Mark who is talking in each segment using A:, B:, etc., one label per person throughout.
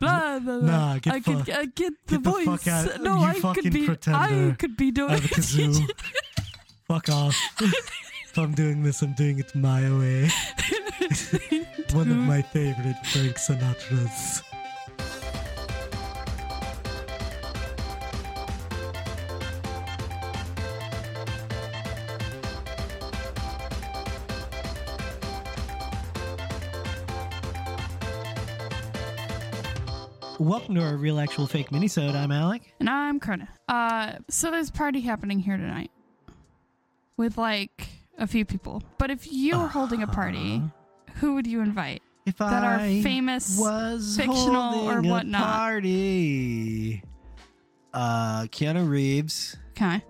A: blah, blah, blah.
B: Nah, get
A: I could
B: fucked.
A: I get the
B: Get the
A: voice.
B: fuck out,
A: No,
B: you
A: I
B: fucking
A: could be
B: pretender.
A: I could be
B: I
A: doing
B: have a kazoo. Fuck off. if I'm doing this, I'm doing it my way. One of my favorite Frank Sinatra's.
C: Welcome to our real, actual, fake minisode. I'm Alec.
A: And I'm Karna. Uh, so there's a party happening here tonight with like a few people. But if you
B: Uh-huh.
A: were holding a party, who would you invite?
C: If
A: That are
C: I
A: famous,
C: was
A: fictional, or
C: holding a
A: whatnot.
C: party, uh, Keanu Reeves,
A: Okay.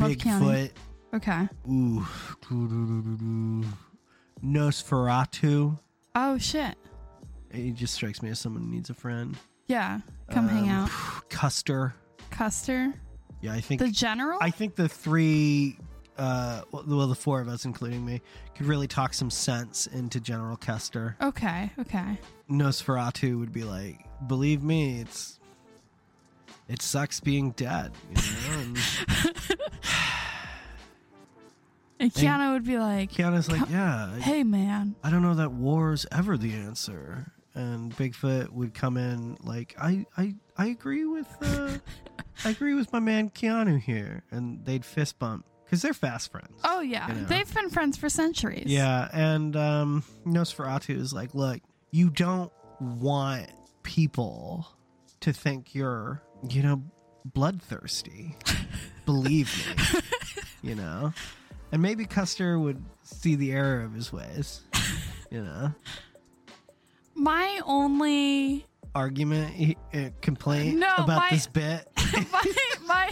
A: Love Keanu.
C: Bigfoot,
A: Okay.
C: ooh, Nosferatu.
A: Oh shit.
C: He just strikes me as someone who needs a friend.
A: Yeah. Come hang
C: Um,
A: out.
C: Custer.
A: Custer.
C: Yeah, I think
A: The general?
C: I think the three, uh, well, the four of us, including me, could really talk some sense into General Custer.
A: okay, okay.
C: Nosferatu would be like, believe me, it's it sucks being dead. You know? And
A: And Keanu would be like,
C: Keanu's like, yeah, I-
A: Hey man.
C: I don't know that war's ever the answer. And Bigfoot would come in like, I, I, I agree with, uh, I agree with my man Keanu here, and they'd fist bump because they're fast friends.
A: Oh yeah.
C: You know.
A: They've been friends for centuries.
C: Yeah, and um, Nosferatu is like, look, you don't want people to think you're, you know, bloodthirsty. Believe me, you know. And maybe Custer would see the error of his ways, you know.
A: My only
C: Argument, he- uh, complaint
A: No,
C: about
A: my-
C: this bit.
A: my, my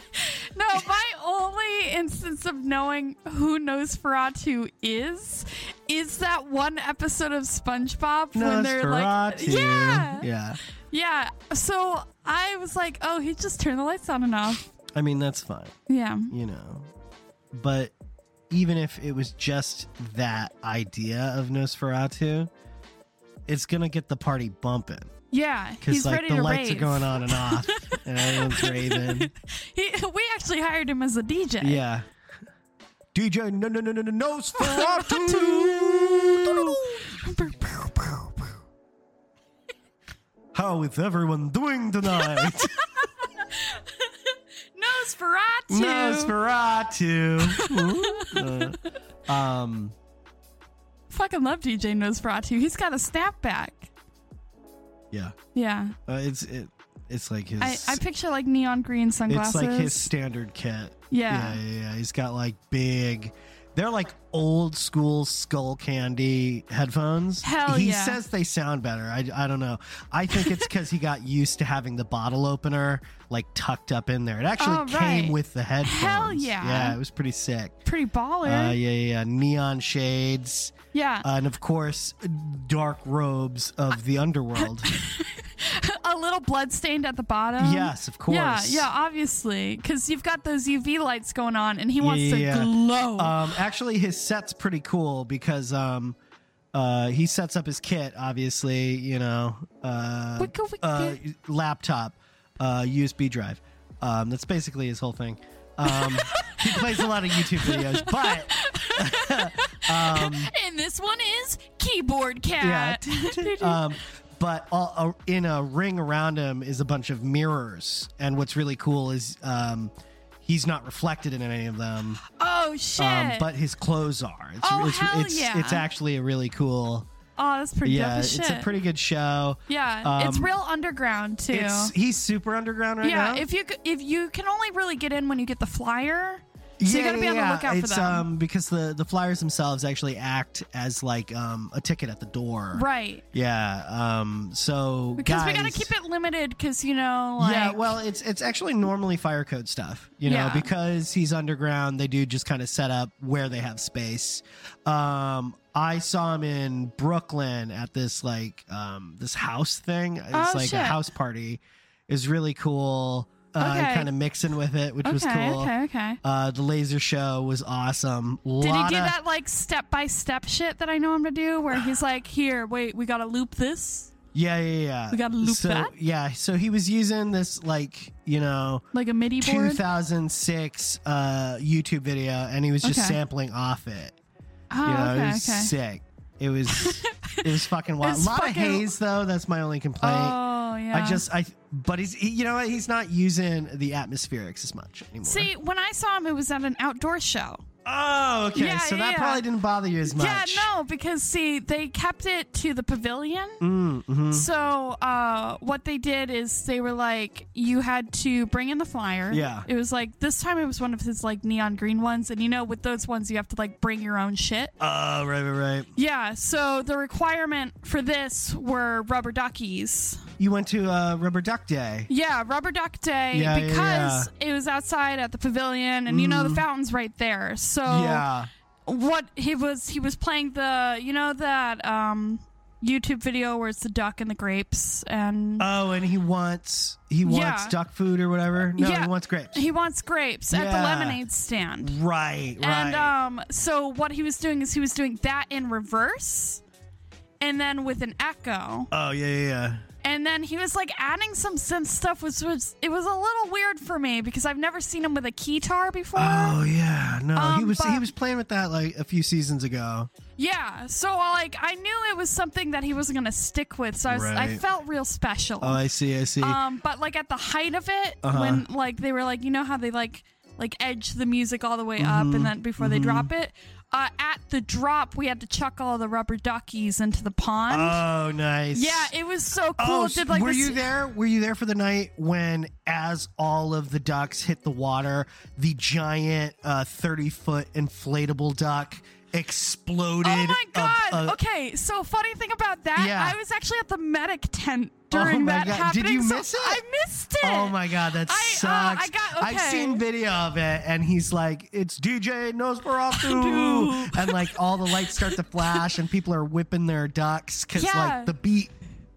A: no, my only instance of knowing who Nosferatu is is that one episode of SpongeBob when they're like,
C: Nosferatu.
A: yeah, yeah,
C: yeah.
A: So I was like, oh, he just turned the lights on and off.
C: I mean, that's fine.
A: Yeah,
C: you know. But even if it was just that idea of Nosferatu, it's gonna get the party bumping
A: yeah.
C: because
A: He's
C: like
A: ready
C: the
A: to
C: lights
A: rave.
C: are going on and off, and everyone's raving.
A: He, we actually hired him as a DJ.
C: Yeah, DJ no no no no no Nosferatu. How is everyone doing tonight?
A: Nosferatu.
C: Nosferatu. Uh, um.
A: Fucking love DJ Nosferatu. He's got a snapback.
C: Yeah.
A: Yeah.
C: Uh, it's it. It's like his.
A: I, I picture like neon green
C: It's
A: sunglasses.
C: like his standard kit.
A: Yeah.
C: yeah, yeah, yeah. He's got like big. They're like old school skull candy headphones.
A: Hell
C: he
A: yeah.
C: says they sound better. I, I don't know. I think it's because he got used to having the bottle opener like tucked up in there. It actually
A: Oh,
C: came
A: right.
C: with the headphones.
A: yeah.
C: Yeah, it was pretty sick.
A: Pretty
C: Uh,
A: baller.
C: yeah, yeah, yeah. Neon shades.
A: yeah.
C: Uh, and of course, dark robes of the underworld.
A: a little blood stained at the bottom.
C: yes, of course.
A: Yeah, yeah, obviously. Because you've got those UV lights going on and he wants
C: Yeah.
A: to glow.
C: Um, actually, his set's pretty cool because um, uh, he sets up his kit, obviously, you know, uh,
A: Wicka, wicka.
C: uh, laptop, uh, USB drive. Um, that's basically his whole thing. Um, he plays a lot of YouTube videos, but
A: and this one is Keyboard
C: yeah,
A: Cat.
C: um, but all, uh, in a ring around him is a bunch of mirrors, and what's really cool is um, he's not reflected in any of them.
A: oh, shit.
C: Um, but his clothes are. It's,
A: Oh,
C: it's,
A: hell
C: it's,
A: yeah.
C: it's actually a really cool.
A: oh, that's pretty dope
C: yeah,
A: as
C: it's
A: shit.
C: a pretty good show.
A: yeah, it's
C: um,
A: real underground, too.
C: It's he's super underground right
A: yeah,
C: now.
A: if you c- if you can only really get in when you get the flyer, so you gotta be on the lookout
C: it's,
A: for them.
C: Um, because the the flyers themselves actually act as like um a ticket at the door.
A: right?
C: Yeah. Um. So
A: Because
C: guys,
A: we gotta keep it limited, because you know, like,
C: yeah, well, it's it's actually normally fire code stuff, you know,
A: Yeah.
C: because he's underground. They do just kind of set up where they have space. Um, I saw him in Brooklyn at this like um, this house thing. It's
A: Oh,
C: like
A: shit.
C: a house party. Is really cool. Uh,
A: Okay.
C: Kind of mixing with it, which was
A: okay,
C: cool.
A: okay, okay.
C: Uh, the laser show was awesome.
A: Did he
C: Lotta-
A: do that like step by step shit that I know him to do, where he's like, "Here, wait, we gotta loop this."
C: Yeah, yeah, yeah.
A: We gotta loop
C: so,
A: that?
C: Yeah, so he was using this like you know
A: Like a MIDI board.
C: 2006 uh, YouTube video, and he was just
A: Okay.
C: sampling off it.
A: Oh,
C: You know,
A: okay,
C: it
A: okay.
C: was sick. It was it was fucking wild. A
A: It's
C: lot of
A: fucking-
C: haze though. That's my only complaint.
A: Oh yeah.
C: I just I but he's he, you know what? he's not using the atmospherics as much anymore.
A: see when I saw him, it was at an outdoor show.
C: Oh, okay.
A: Yeah,
C: so
A: yeah,
C: that
A: yeah.
C: probably didn't bother you as much.
A: Yeah, no, because see, they kept it to the pavilion.
C: Mm, mhm.
A: So uh, what they did is they were like, you had to bring in the flyer.
C: Yeah.
A: It was like this time it was one of his like neon green ones, and you know with those ones you have to like bring your own shit.
C: Oh, right, right, right.
A: Yeah. So the requirement for this were rubber duckies.
C: You went to uh, Rubber Duck Day.
A: Yeah, rubber duck day
C: Yeah, yeah,
A: because it was outside at the pavilion, and you know the fountain's right there. So
C: Yeah.
A: what he was he was playing the you know that um YouTube video where it's the duck and the grapes and
C: Oh, and he wants he wants
A: Yeah.
C: duck food or whatever. No,
A: Yeah.
C: he wants grapes.
A: he wants grapes at the
C: Yeah. Mm,
A: lemonade stand.
C: right, right.
A: And um so what he was doing is he was doing that in reverse and then with an echo.
C: oh yeah, yeah, yeah.
A: And then he was like adding some synth stuff which was it was a little weird for me because I've never seen him with a keytar before.
C: Oh yeah, no, he
A: Um,
C: was he
A: but-
C: was playing with that like a few seasons ago.
A: Yeah, so like I knew it was something that he wasn't going to stick with. So I was, I
C: Right.
A: felt real special.
C: Oh, I see, I see.
A: Um, but like at the height of it,
C: Uh-huh.
A: when like they were like, you know how they like like edge the music all the way
C: Mm-hmm.
A: up, and then before they drop it, uh, at the drop we had to chuck all the rubber duckies into the pond.
C: oh, nice.
A: yeah, it was so cool.
C: Oh,
A: it did like
C: were
A: this-
C: you there? Were you there for the night when, as all of the ducks hit the water, the giant uh, thirty-foot inflatable duck exploded?
A: Oh my
C: up
A: god!
C: a-
A: okay, so funny thing about that,
C: uh, Yeah. Oh
A: I was actually at the medic tent during
C: my
A: that
C: God.
A: happening.
C: Did you
A: so
C: miss it?
A: I missed it.
C: Oh my god, that
A: I, uh, I
C: sucks!
A: got-
C: I've
A: okay.
C: seen video of it, and he's like, "It's DJ
A: Dude.
C: Nosferatu," and like all the lights start to flash, and people are whipping their ducks because
A: Yeah.
C: like the beat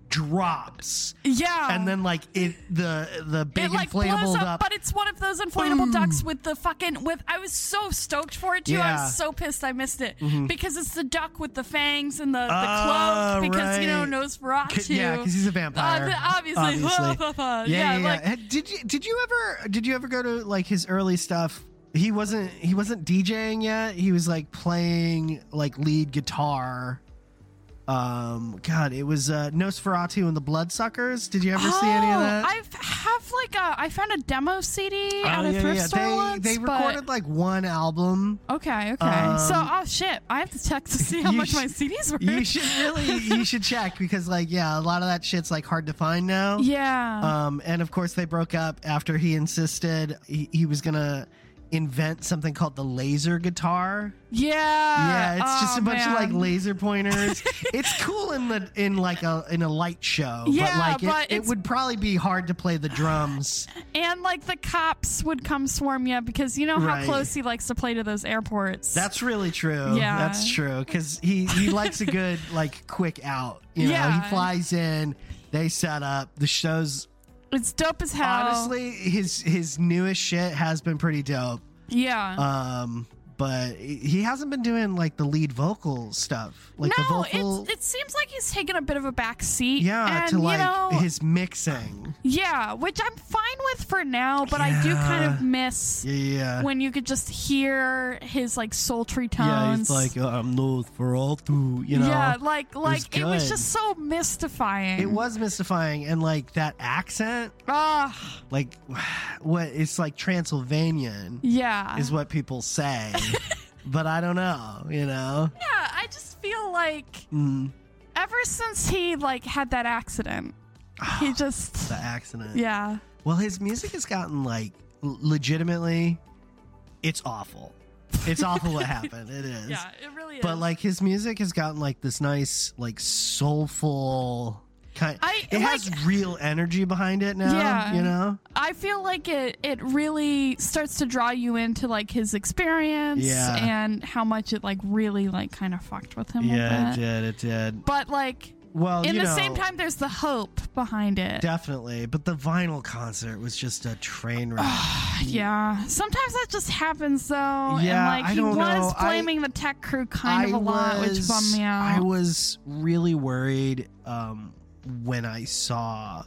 C: drops,
A: Yeah.
C: and then like it the the big
A: it like
C: inflatable
A: blows up,
C: duck
A: but it's one of those inflatable ducks with the fucking with. I was so stoked for it too. I
C: Yeah. Mm-hmm.
A: was so pissed I missed it because it's the duck with the fangs and the, the
C: Ah,
A: cloak because you know
C: right.
A: Nosferatu.
C: K- Yeah, because he's a vampire.
A: Uh, the- obviously, yeah,
C: yeah, yeah, yeah.
A: like
C: Had- did you did you ever did you ever go to like his early stuff? He wasn't he wasn't DJing yet. He was like playing like lead guitar. Um, God, it was uh, Nosferatu and the Bloodsuckers. Did you ever see any of
A: Oh,
C: that?
A: I've have like a. I found a demo CD at
C: Oh,
A: a
C: yeah,
A: thrift
C: yeah.
A: store
C: They
A: once,
C: they
A: but-
C: recorded like one album.
A: Okay, okay. so,
C: Um,
A: oh shit, I have to check to see how
C: you
A: much
C: sh-
A: my CDs were.
C: You should really you should check because like yeah, a lot of that shit's like hard to find now.
A: yeah.
C: Um, and of course, they broke up after he insisted he, he was gonna invent something called the laser guitar.
A: yeah.
C: yeah, it's just
A: Oh,
C: a bunch of like
A: man.
C: laser pointers. it's cool in the in like a in a light show,
A: Yeah,
C: but
A: but
C: like it, it
A: it's-
C: would probably be hard to play the drums.
A: And like the cops would come swarm you because you know how
C: Right.
A: close he likes to play to those airports.
C: That's really true.
A: Yeah.
C: that's true because he he likes a good like quick out. You know,
A: Yeah.
C: he flies in, they set up the show's.
A: it's dope as hell.
C: Honestly, his his newest shit has been pretty dope.
A: yeah.
C: Um, but he hasn't been doing like the lead vocal stuff, like the
A: no,
C: vocal.
A: it's, it seems like he's taken a bit of a back seat.
C: yeah,
A: and,
C: to like
A: you know,
C: his mixing.
A: yeah, which I'm fine with for now, but I do kind of miss
C: Yeah, yeah.
A: when you could just hear his like sultry
C: yeah,
A: tones.
C: he's like "Oh, I'm known for all two, you know.
A: yeah, like like it was,
C: good.
A: just so mystifying.
C: It was mystifying, and like that accent,
A: Ah,
C: like what it's like Transylvanian
A: yeah.
C: is what people say, but I don't know, you know.
A: yeah, I just feel like
C: Mm,
A: ever since he like had that accident,
C: Ah,
A: he just
C: the accident.
A: yeah.
C: Well, his music has gotten like l- legitimately, it's awful. It's awful what happened. It is.
A: Yeah, it really is.
C: But like his music has gotten like this nice, like soulful kind.
A: I-
C: it
A: like-
C: has real energy behind it now.
A: Yeah.
C: You know.
A: I feel like it it really starts to draw you into like his experience
C: Yeah.
A: and how much it like really like kind of fucked with him. a bit.
C: did. It did.
A: But like
C: Well,
A: in
C: you
A: the
C: know,
A: same time, there's the hope behind it.
C: definitely. But the vinyl concert was just a train wreck.
A: yeah. Sometimes that just happens though.
C: Yeah,
A: and like
C: I
A: he
C: don't
A: was
C: know. I-
A: blaming the tech crew kind
C: I
A: of a lot, which
C: was-
A: bummed me out.
C: I was really worried um, when I saw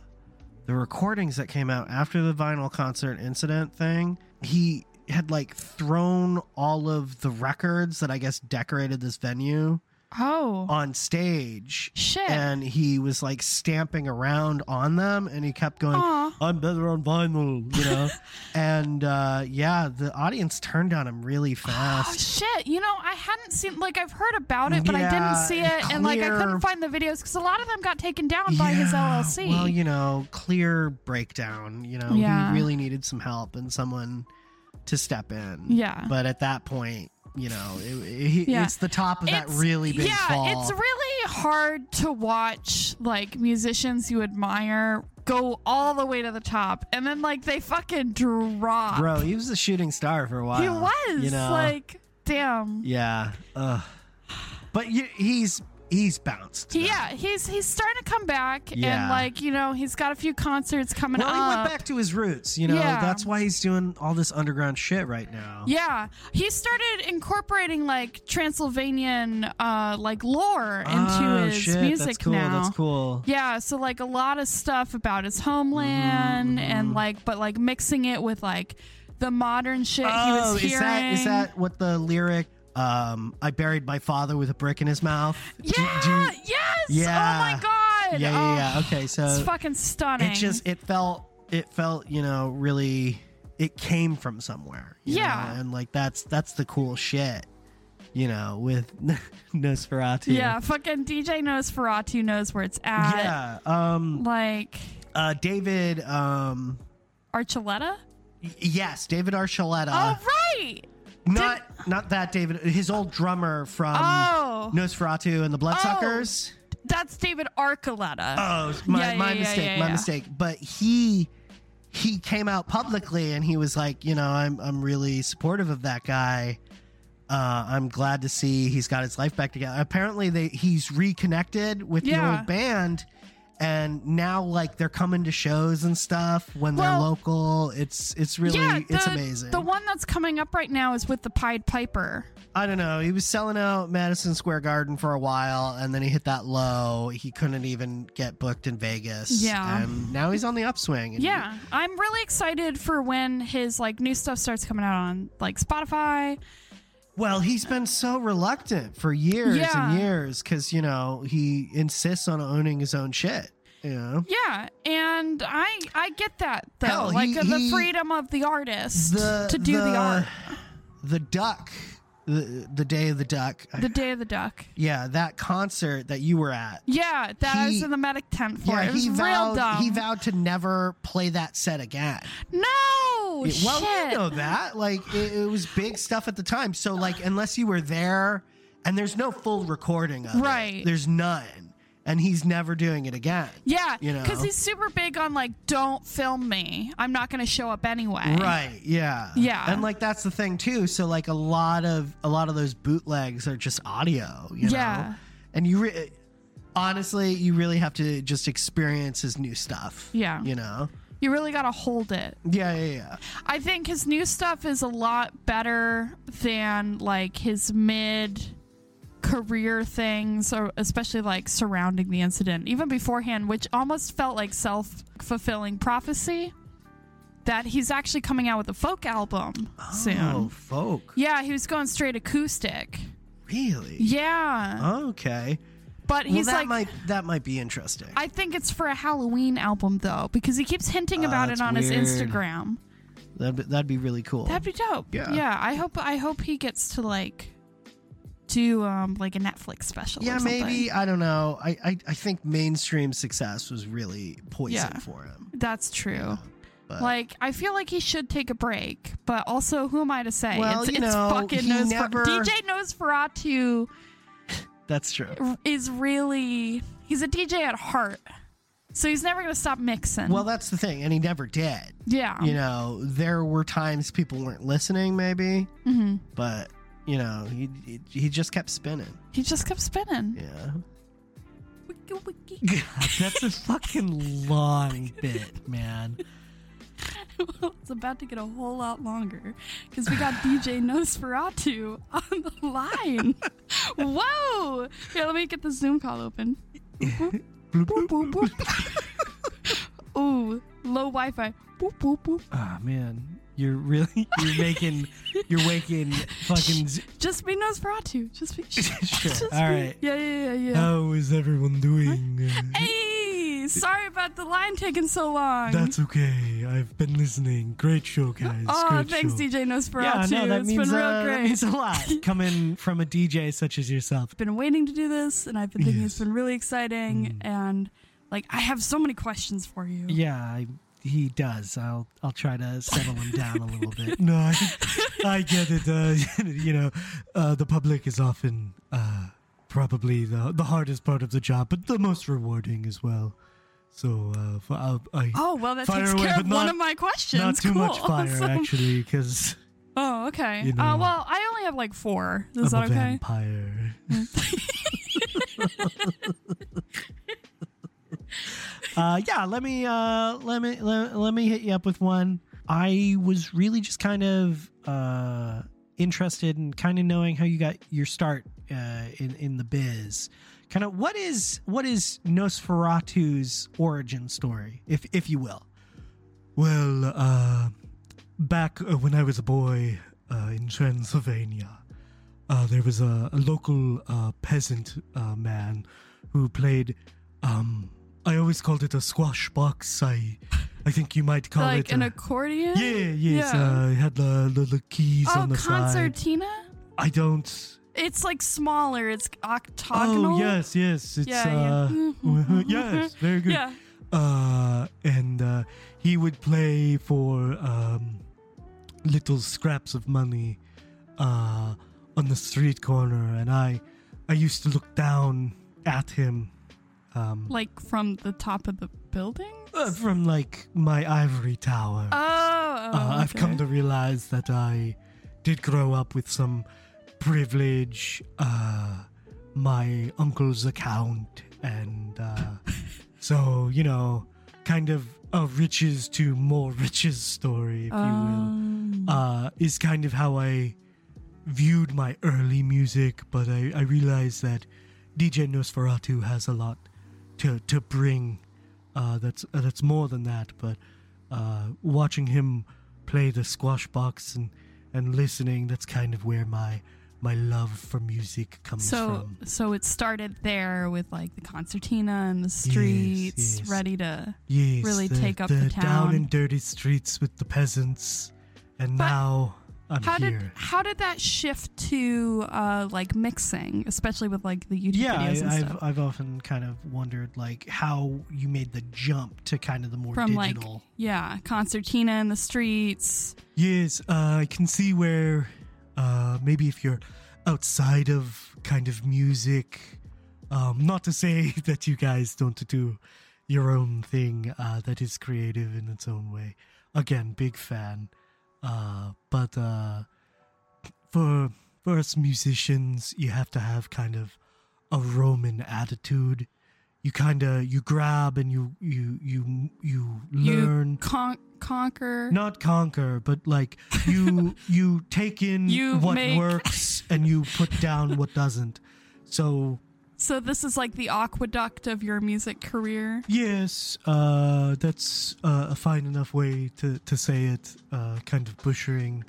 C: the recordings that came out after the vinyl concert incident thing, he had like thrown all of the records that I guess decorated this venue
A: Oh
C: on stage.
A: shit.
C: And he was like stamping around on them and he kept going,
A: Aw.
C: I'm better on vinyl, you know? and uh, yeah, the audience turned on him really
A: Oh
C: fast.
A: shit! You know, I hadn't seen like I've heard about it, but I
C: Yeah,
A: didn't see it, and like I
C: clear-
A: couldn't find the videos because a lot of them got taken down by his
C: Yeah,
A: LLC.
C: Well, you know, clear breakdown. You know,
A: Yeah.
C: he really needed some help and someone to step in.
A: Yeah.
C: But at that point, you know, it, it-
A: Yeah.
C: it's the top of that really big
A: yeah,
C: fall.
A: it's really hard to watch like musicians you admire go all the way to the top, and then like they fucking drop.
C: Bro, he was a shooting star for a while.
A: he was
C: You know,
A: like, damn.
C: yeah. Ugh. But you, he's he's bounced.
A: He- Yeah, he's he's starting to come back,
C: Yeah.
A: and like you know, he's got a few concerts coming
C: Well, he
A: up.
C: went back to his roots. You know,
A: uh, Yeah.
C: that's why he's doing all this underground shit right now.
A: Yeah, he started incorporating like Transylvanian uh like lore into
C: oh,
A: his
C: shit,
A: music
C: that's cool.
A: now.
C: That's cool.
A: Yeah, so like a lot of stuff about his homeland
C: Mm-hmm,
A: and like but like mixing it with like the modern shit he was hearing.
C: Oh, is that is that what the lyric? Um, I buried my father with a brick in his mouth. Do- do-
A: Yeah, yes. Oh
C: Yeah.
A: my god.
C: yeah,
A: Oh,
C: yeah, yeah. Okay,
A: It's
C: so
A: fucking stunning.
C: it just it felt it felt you know really it came from somewhere. you
A: Yeah.
C: know, and like that's that's the cool shit. You know, with Nosferatu.
A: yeah. fucking DJ Nosferatu knows where it's at.
C: yeah. Um,
A: Like
C: uh, David. Um,
A: Archuleta?
C: y- yes, David Archuleta.
A: oh right.
C: not not that David. His old drummer from
A: Oh.
C: Nosferatu and the Bloodsuckers.
A: That's David Archuleta.
C: Oh, my,
A: Yeah, yeah,
C: my
A: yeah,
C: mistake,
A: yeah,
C: my
A: yeah.
C: mistake. But he he came out publicly and he was like, you know, I'm I'm really supportive of that guy. Uh, I'm glad to see he's got his life back together. Apparently, they he's reconnected with the
A: Yeah.
C: old band, and now like they're coming to shows and stuff when they're
A: Well-
C: local. It's it's really
A: the,
C: it's amazing.
A: The one that's coming up right now is with the Pied Piper.
C: I don't know. He was selling out Madison Square Garden for a while, and then he hit that low. He couldn't even get booked in Vegas.
A: Yeah.
C: and now he's on the upswing. and-
A: Yeah, I'm really excited for when his like new stuff starts coming out on like Spotify.
C: Well, he's been so reluctant for years
A: Yeah.
C: and years because you know he insists on owning his own shit. You know.
A: Yeah, and I I get that though,
C: Hell, he-
A: like uh, the
C: he-
A: freedom of the artist
C: The,
A: to do the, art.
C: The duck, the, the day of the duck.
A: The Day of the Duck.
C: yeah, that concert that you were at.
A: Yeah, that I was
C: He-
A: in the medic tent for.
C: yeah,
A: it was
C: he
A: real
C: vowed
A: dumb.
C: he vowed to never play that set again.
A: no,
C: It- well,
A: shit.
C: you know that. Like, it, it was big stuff at the time. So, like, unless you were there, and there's no full recording of it.
A: Right.
C: There's none. And he's never doing it again.
A: yeah,
C: you know.
A: he's super big on like, don't film me. I'm not going to show up anyway.
C: Right. Yeah.
A: Yeah.
C: And like that's the thing too. So like a lot of a lot of those bootlegs are just audio. You know?
A: Yeah.
C: And you re- honestly, you really have to just experience his new stuff.
A: Yeah.
C: You know.
A: You really got to hold it.
C: Yeah. Yeah. Yeah.
A: I think his new stuff is a lot better than like his mid career things or especially like surrounding the incident even beforehand which almost felt like self-fulfilling prophecy that he's actually coming out with a folk album
C: Oh,
A: soon
C: folk.
A: yeah he was going straight acoustic
C: Really.
A: yeah
C: Okay.
A: but
C: Oh. Well,
A: he's
C: that
A: like
C: might that might be interesting.
A: i think it's for a halloween album though because he keeps hinting about
C: Oh, that's
A: it on
C: weird.
A: his instagram
C: that'd, be, that'd be really cool.
A: That'd be dope.
C: Yeah.
A: Yeah. I hope I hope he gets to like do um like a Netflix special.
C: yeah,
A: or something.
C: maybe I don't know. I, I I think mainstream success was really poison
A: Yeah.
C: for him.
A: That's true.
C: Uh, But
A: Like I feel like he should take a break, but also who am I to say?
C: Well,
A: it's,
C: you
A: it's
C: know,
A: fucking
C: he
A: Nosfer-
C: never-
A: DJ Nosferatu
C: that's true.
A: is really he's a DJ at heart, so he's never gonna stop mixing.
C: Well, that's the thing, and he never did.
A: yeah,
C: you know, there were times people weren't listening, maybe,
A: hmm
C: but you know, he he, he just kept spinning.
A: he just kept spinning.
C: Yeah,
A: Wiki, wiki.
B: God, that's a fucking long bit, man.
A: it's about to get a whole lot longer because we got DJ Nosferatu on the line. Whoa! Here, let me get the Zoom call open.
C: Bloop,
A: Boop,
C: bloop.
A: boop, boop. Ooh, low Wi-Fi. Boop, boop, boop.
B: Ah man, you're really you're making you're waking fucking. Z-
A: Just be Nosferatu. Just be.
B: sure.
A: just
B: All
A: be-
B: right. Um,
A: Yeah, yeah, yeah, yeah.
B: How is everyone doing? Uh,
A: hey, sorry about the line taking so long.
B: That's okay. I've been listening. Great show, guys.
A: oh,
B: Great
A: thanks,
B: show.
A: DJ
B: Yeah,
A: Nosferatu.
B: Ah, no, that
A: it's
B: means,
A: been real
B: uh, that
A: great.
B: means a lot coming from a DJ such as yourself.
A: been waiting to do this and I've been thinking it's
B: Yes. Mm.
A: been really exciting and like I have so many questions for you.
B: Yeah, I, he does. I'll I'll try to settle him down a little bit. No, I, I get it. Uh, you know, uh, the public is often uh, probably the the hardest part of the job, but the most rewarding as well. So uh, for, I'll, I
A: Oh well that
B: Fire
A: takes
B: away,
A: care
B: but
A: of one
B: not-
A: of my questions.
B: not too
A: cool.
B: much fire
A: So-
B: actually because
A: Oh, okay.
B: You
A: Uh,
B: know.
A: well I only have like four.
B: I'm
A: Is
B: a
A: that okay?
B: vampire. uh, yeah, let me uh, let me let, let me hit you up with one. I was really just kind of uh, interested in kind of knowing how you got your start uh, in in the biz. Kind of what is what is Nosferatu's origin story, if if you will. Well, uh, back uh, when I was a boy uh, in Transylvania, uh, there was a, a local uh, peasant uh, man who played. Um, I always called it a squash box. I, I think you might call
A: Like
B: it.
A: an
B: Oh, a,
A: accordion?
B: yeah, yes.
A: Yeah.
B: Uh, it had the, the, the keys
A: Oh,
B: on the side.
A: concertina?
B: I don't.
A: It's like smaller, it's octagonal.
B: Oh yes, yes. It's
A: Yeah,
B: uh,
A: yeah.
B: yes, very good.
A: Yeah.
B: uh, and uh, he would play for um, little scraps of money uh, on the street corner, and I, I used to look down at him um,
A: Like from the top of the building?
B: uh, from like my ivory tower.
A: Oh,
B: Uh, I've come
A: okay.
B: to realize that I did grow up with some privilege. Uh, my uncle's account, and uh, so you know, kind of a riches to more riches story, if you
A: Um,
B: will, uh, is kind of how I viewed my early music. But I, I realized that DJ Nosferatu has a lot to to bring. Uh, that's uh, that's more than that. But uh, watching him play the squash box and and listening, that's kind of where my my love for music comes
A: So
B: from.
A: so it started there with like the concertina and the
B: Yes,
A: streets
B: yes.
A: ready to
B: Yes,
A: really
B: the,
A: take up the town.
B: down and dirty streets with the peasants, and
A: But
B: now I'm
A: How
B: here.
A: did how did that shift to uh like mixing, especially with like the YouTube
C: yeah, I,
A: videos and
C: I've
A: stuff?
C: I've often kind of wondered like how you made the jump to kind of the more
A: From like
C: digital.
A: yeah, concertina in the streets.
B: Yes, uh, I can see where uh, maybe if you're outside of kind of music, um, not to say that you guys don't do your own thing uh, that is creative in its own way. Again, big fan. Uh, but uh, for for us musicians, you have to have kind of a Roman attitude. You kind of you grab and you you you you learn
A: You con- conquer.
B: not conquer, but like you you take in
A: You
B: what
A: make-
B: works and you put down what doesn't. So
A: So this is like the aqueduct of your music career.
B: yes, uh, that's uh, a fine enough way to to say it. Uh, kind of butchering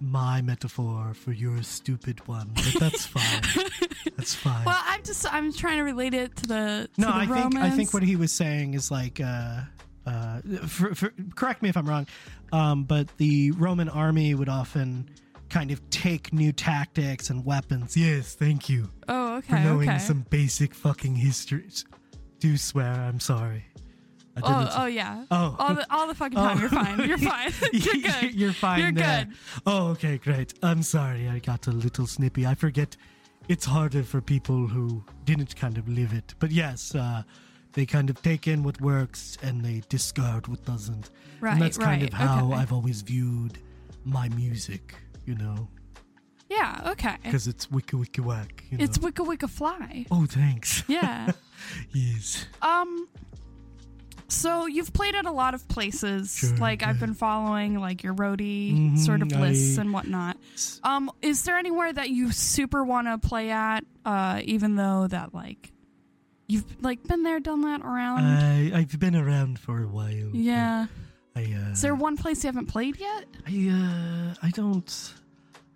B: my metaphor for your stupid one, but that's fine. that's fine.
A: Well, I'm just I'm trying to relate it to the to
C: No,
A: the
C: I think I
A: Romans.
C: think what he was saying is like uh uh for, for, correct me if I'm wrong, um but the Roman army would often kind of take new tactics and weapons.
B: yes, thank you
A: oh
B: for
A: okay
B: knowing
A: okay.
B: some basic fucking histories. Do swear, I'm sorry. I
A: Oh, oh yeah.
B: Oh.
A: all the all the fucking time. You're fine. You're fine. You're good.
B: You're fine.
A: You're
B: there.
A: good.
B: Oh, okay, great. I'm sorry. I got a little snippy. I forget. It's harder for people who didn't kind of live it. But yes, uh, they kind of take in what works and they discard what doesn't.
A: Right,
B: And that's kind
A: right,
B: of how
A: okay.
B: I've always viewed my music, you know,
A: Yeah. Okay.
B: because it's wicka wicka whack. You
A: It's
B: know?
A: Wicka Wicka Fly.
B: oh, thanks.
A: Yeah.
B: yes.
A: um. So you've played at a lot of places.
B: Sure,
A: like I've
B: yeah.
A: been following like your roadie
B: Mhm,
A: sort of lists
B: I-
A: and whatnot. Um, is there anywhere that you super want to play at? Uh, even though that like You've like been there, done that, around.
B: I, I've been around for a while.
A: Um, yeah.
B: I, uh,
A: Is there one place you haven't played yet?
B: I, uh, I don't,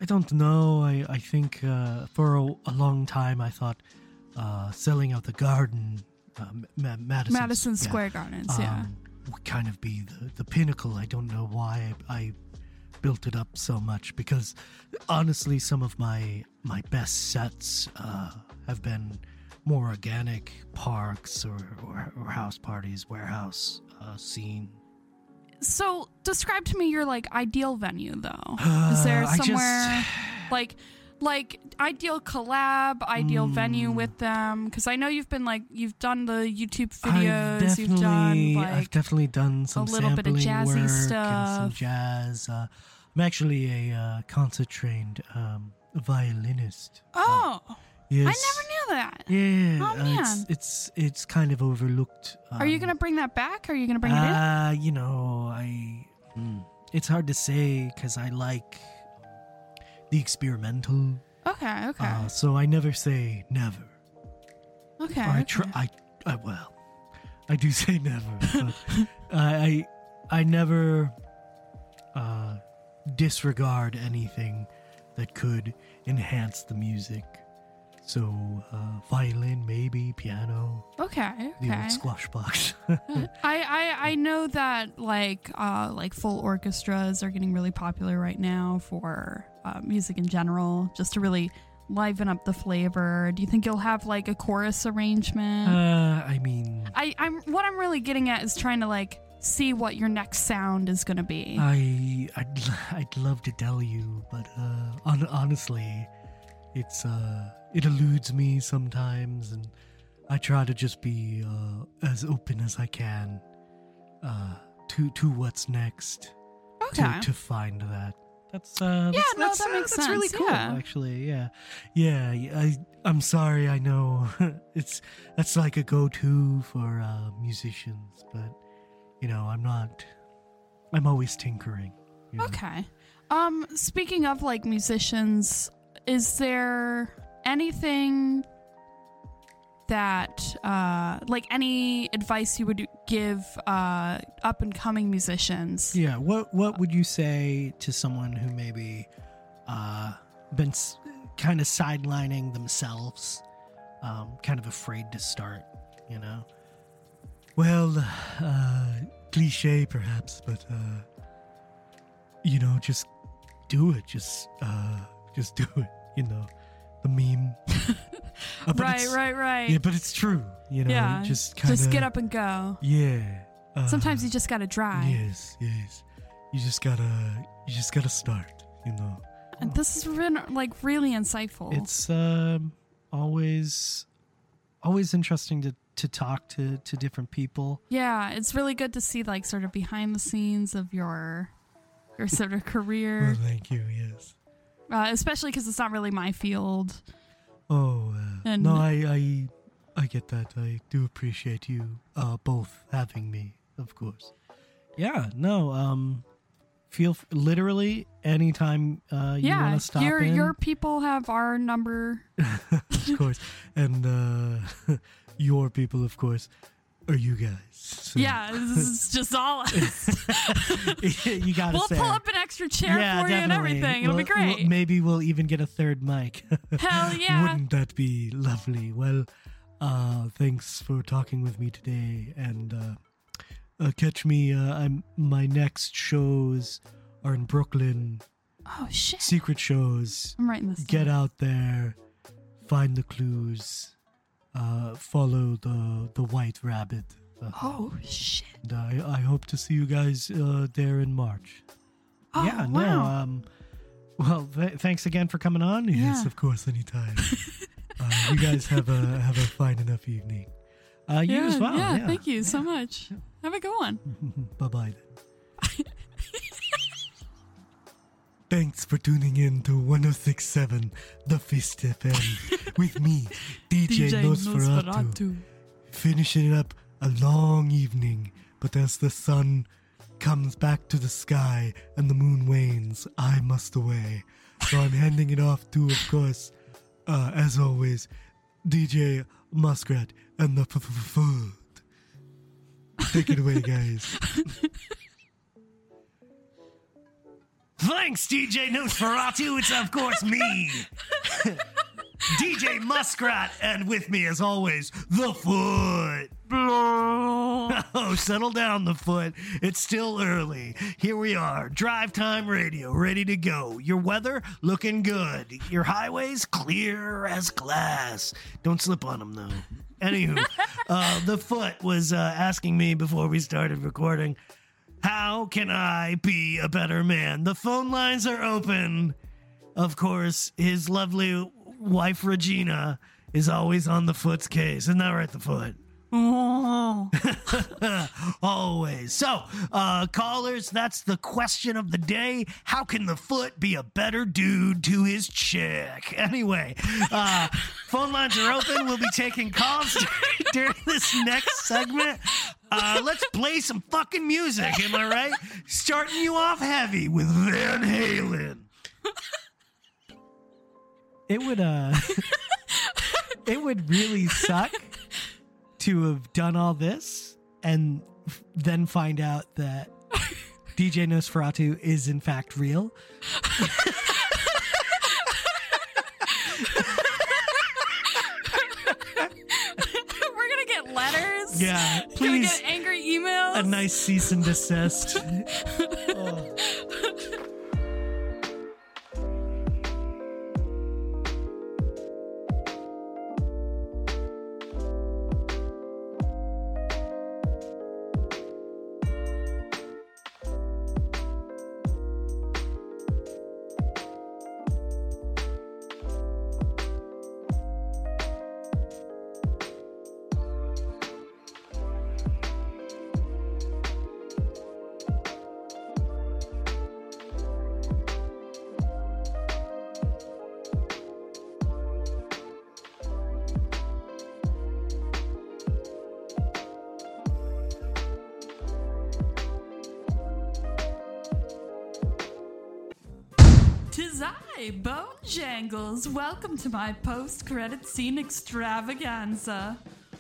B: I don't know. I, I think uh, for a, a long time I thought uh, selling out the garden, uh, Ma- Madison,
A: Madison
B: yeah,
A: Square Gardens. yeah.
B: um, would kind of be the, the pinnacle. I don't know why I, I built it up so much because honestly, some of my my best sets uh, have been more organic parks or, or, or house parties, warehouse uh, scene.
A: So describe to me your like ideal venue though. Is there
B: Uh, I just-
A: somewhere like like ideal collab, ideal
B: Mm.
A: venue with them? Because I know you've been like you've done the YouTube videos,
B: I've
A: you've done
B: definitely- I've
A: like
B: definitely done some
A: little bit of
B: sampling
A: jazzy
B: work and some
A: stuff.
B: jazz. Uh, I'm actually a uh, concert trained um, violinist.
A: oh,
B: Yes.
A: I never knew that.
B: Yeah,
A: Oh,
B: uh, it's
A: man.
B: it's it's kind of overlooked.
A: Are you
B: um,
A: gonna bring that back? Are you gonna bring it in?
B: uh, you know, I. hmm, it's hard to say because I like the experimental.
A: Uh-huh. Okay, okay,
B: Uh, so I never say never.
A: okay.
B: Or I
A: okay.
B: try. I, I well, I do say never. but I, I I never uh, disregard anything that could enhance the music. So uh, violin, maybe piano,
A: okay,
B: the
A: okay.
B: old squash box.
A: I, I I know that like uh like full orchestras are getting really popular right now for uh, music in general, just to really liven up the flavor. Do you think you'll have like a chorus arrangement?
B: Uh, I mean,
A: I I'm what I'm really getting at is trying to like see what your next sound is gonna be.
B: Uh, I I'd, l- I'd love to tell you, but uh, on, honestly, it's uh, it eludes me sometimes, and I try to just be uh, as open as I can uh, to to what's next
A: okay.
B: to, to find that. That's uh,
A: Yeah,
B: that's,
A: no,
B: that's,
A: that
B: uh,
A: makes
B: that's really
A: sense,
B: cool,
A: yeah.
B: actually. Yeah, yeah. y- I I'm sorry. I know it's that's like a go-to for uh, musicians, but you know, I'm not. I'm always tinkering. you know.
A: Okay. Um, speaking of like musicians, is there anything that uh like any advice you would give uh up and coming musicians?
B: Yeah. What What would you say to someone who maybe uh, been s- kind of sidelining themselves, um, kind of afraid to start? You know. Well, uh, cliche perhaps, but uh, you know, just do it. Just uh, just do it. You know, the meme. Uh, but
A: right,
B: it's-
A: right, right.
B: Yeah, but it's true. You know,
A: yeah.
B: just kind of
A: just get up and go.
B: Yeah. Uh,
A: Sometimes you just gotta try.
B: Yes, yes. You just gotta, you just gotta start. You know,
A: And this has been like really insightful.
B: it's um, always, always interesting to to talk to to different people.
A: yeah, it's really good to see like sort of behind the scenes of your your sort of career,
B: Oh, thank you. Yes.
A: uh, especially because it's not really my field.
B: Oh uh,
A: And-
B: no, I, I, I get that. I do appreciate you uh, both having me, of course. Yeah. No. Um, feel f- literally anytime uh, you
A: yeah,
B: want to stop
A: your
B: in.
A: your people have our number.
B: of course. And uh, your people, of course, are you guys. So
A: Yeah, this is just all us.
B: you gotta
A: we'll
B: say.
A: pull up an extra chair
B: yeah,
A: for you and
B: definitely.
A: everything. It'll be
B: We'll- we'll-
A: great.
B: maybe we'll even get a third mic.
A: Hell yeah!
B: Wouldn't that be lovely? Well, uh, thanks for talking with me today, and uh, uh, catch me. Uh, I'm my next shows are in Brooklyn.
A: Oh shit!
B: Secret shows.
A: I'm writing this.
B: Get
A: down.
B: out there, find the clues, uh, follow the the white rabbit. Uh,
A: Oh shit!
B: and I, I hope to see you guys uh, there in March.
A: Oh,
B: yeah, no.
A: wow.
B: Um, well, th- thanks again for coming on. Yes,
A: Yeah.
B: of course, anytime. uh, you guys have a have a fine enough evening. Uh, you
A: yeah,
B: as well.
A: yeah,
B: Yeah.
A: Thank you so much. Have a good one.
B: bye bye. Thanks for tuning in to 1067 The Fist FM with me, DJ, Nosferatu finishing it up a long evening. But as the sun comes back to the sky and the moon wanes, I must away. So I'm handing it off to, of course, uh, as always, DJ Muskrat
C: and the f- f- food. Take it away, guys.
B: Thanks, DJ Nosferatu. It's of course me, DJ Muskrat, and with me, as always, the Foot. Oh, settle down, the Foot. It's still early. Here we are, drive time radio, ready to go. Your weather looking good. Your highways clear as glass. Don't slip on them though. Anywho, uh, the Foot was uh, asking me before we started recording. How can I be a better man? The phone lines are open. Of course, his lovely wife Regina is always on the foot's case. Isn't that right, the foot?
A: Oh.
B: always. So, uh, callers, that's the question of the day. How can the foot be a better dude to his chick? Anyway, uh, phone lines are open. We'll be taking calls during this next segment. Uh, let's play some fucking music. Am I right? Starting you off heavy with Van Halen.
C: It would uh it would really suck to have done all this and f- then find out that DJ Nosferatu is in fact real.
A: We're gonna get letters.
B: Yeah,
A: Can we
B: please.
A: get angry emails?
B: A nice cease and desist. Oh.
A: Tis I, Bone Jangles. Welcome to my post credit scene extravaganza.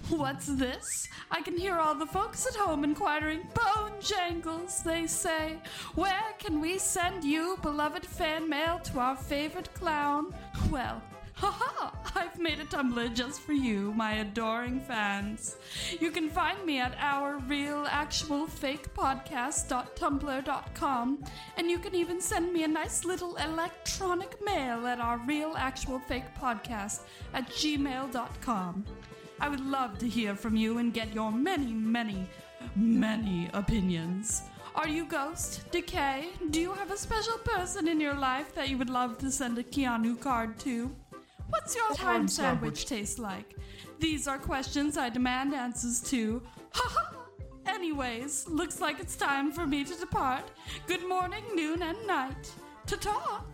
A: What's this? I can hear all the folks at home inquiring. Bone Jangles, they say. Where can we send you, beloved fan mail, to our favorite clown? Well, Haha! I've made a Tumblr just for you, my adoring fans. You can find me at our real actual fake podcast.tumblr.com, and you can even send me a nice little electronic mail at our real actual fake podcast at gmail.com. I would love to hear from you and get your many, many, many opinions. Are you ghost? Decay? Do you have a special person in your life that you would love to send a Keanu card to? What's your time sandwich taste like? These are questions I demand answers to. Ha ha! Anyways, looks like it's time for me to depart. Good morning, noon, and night. Ta ta!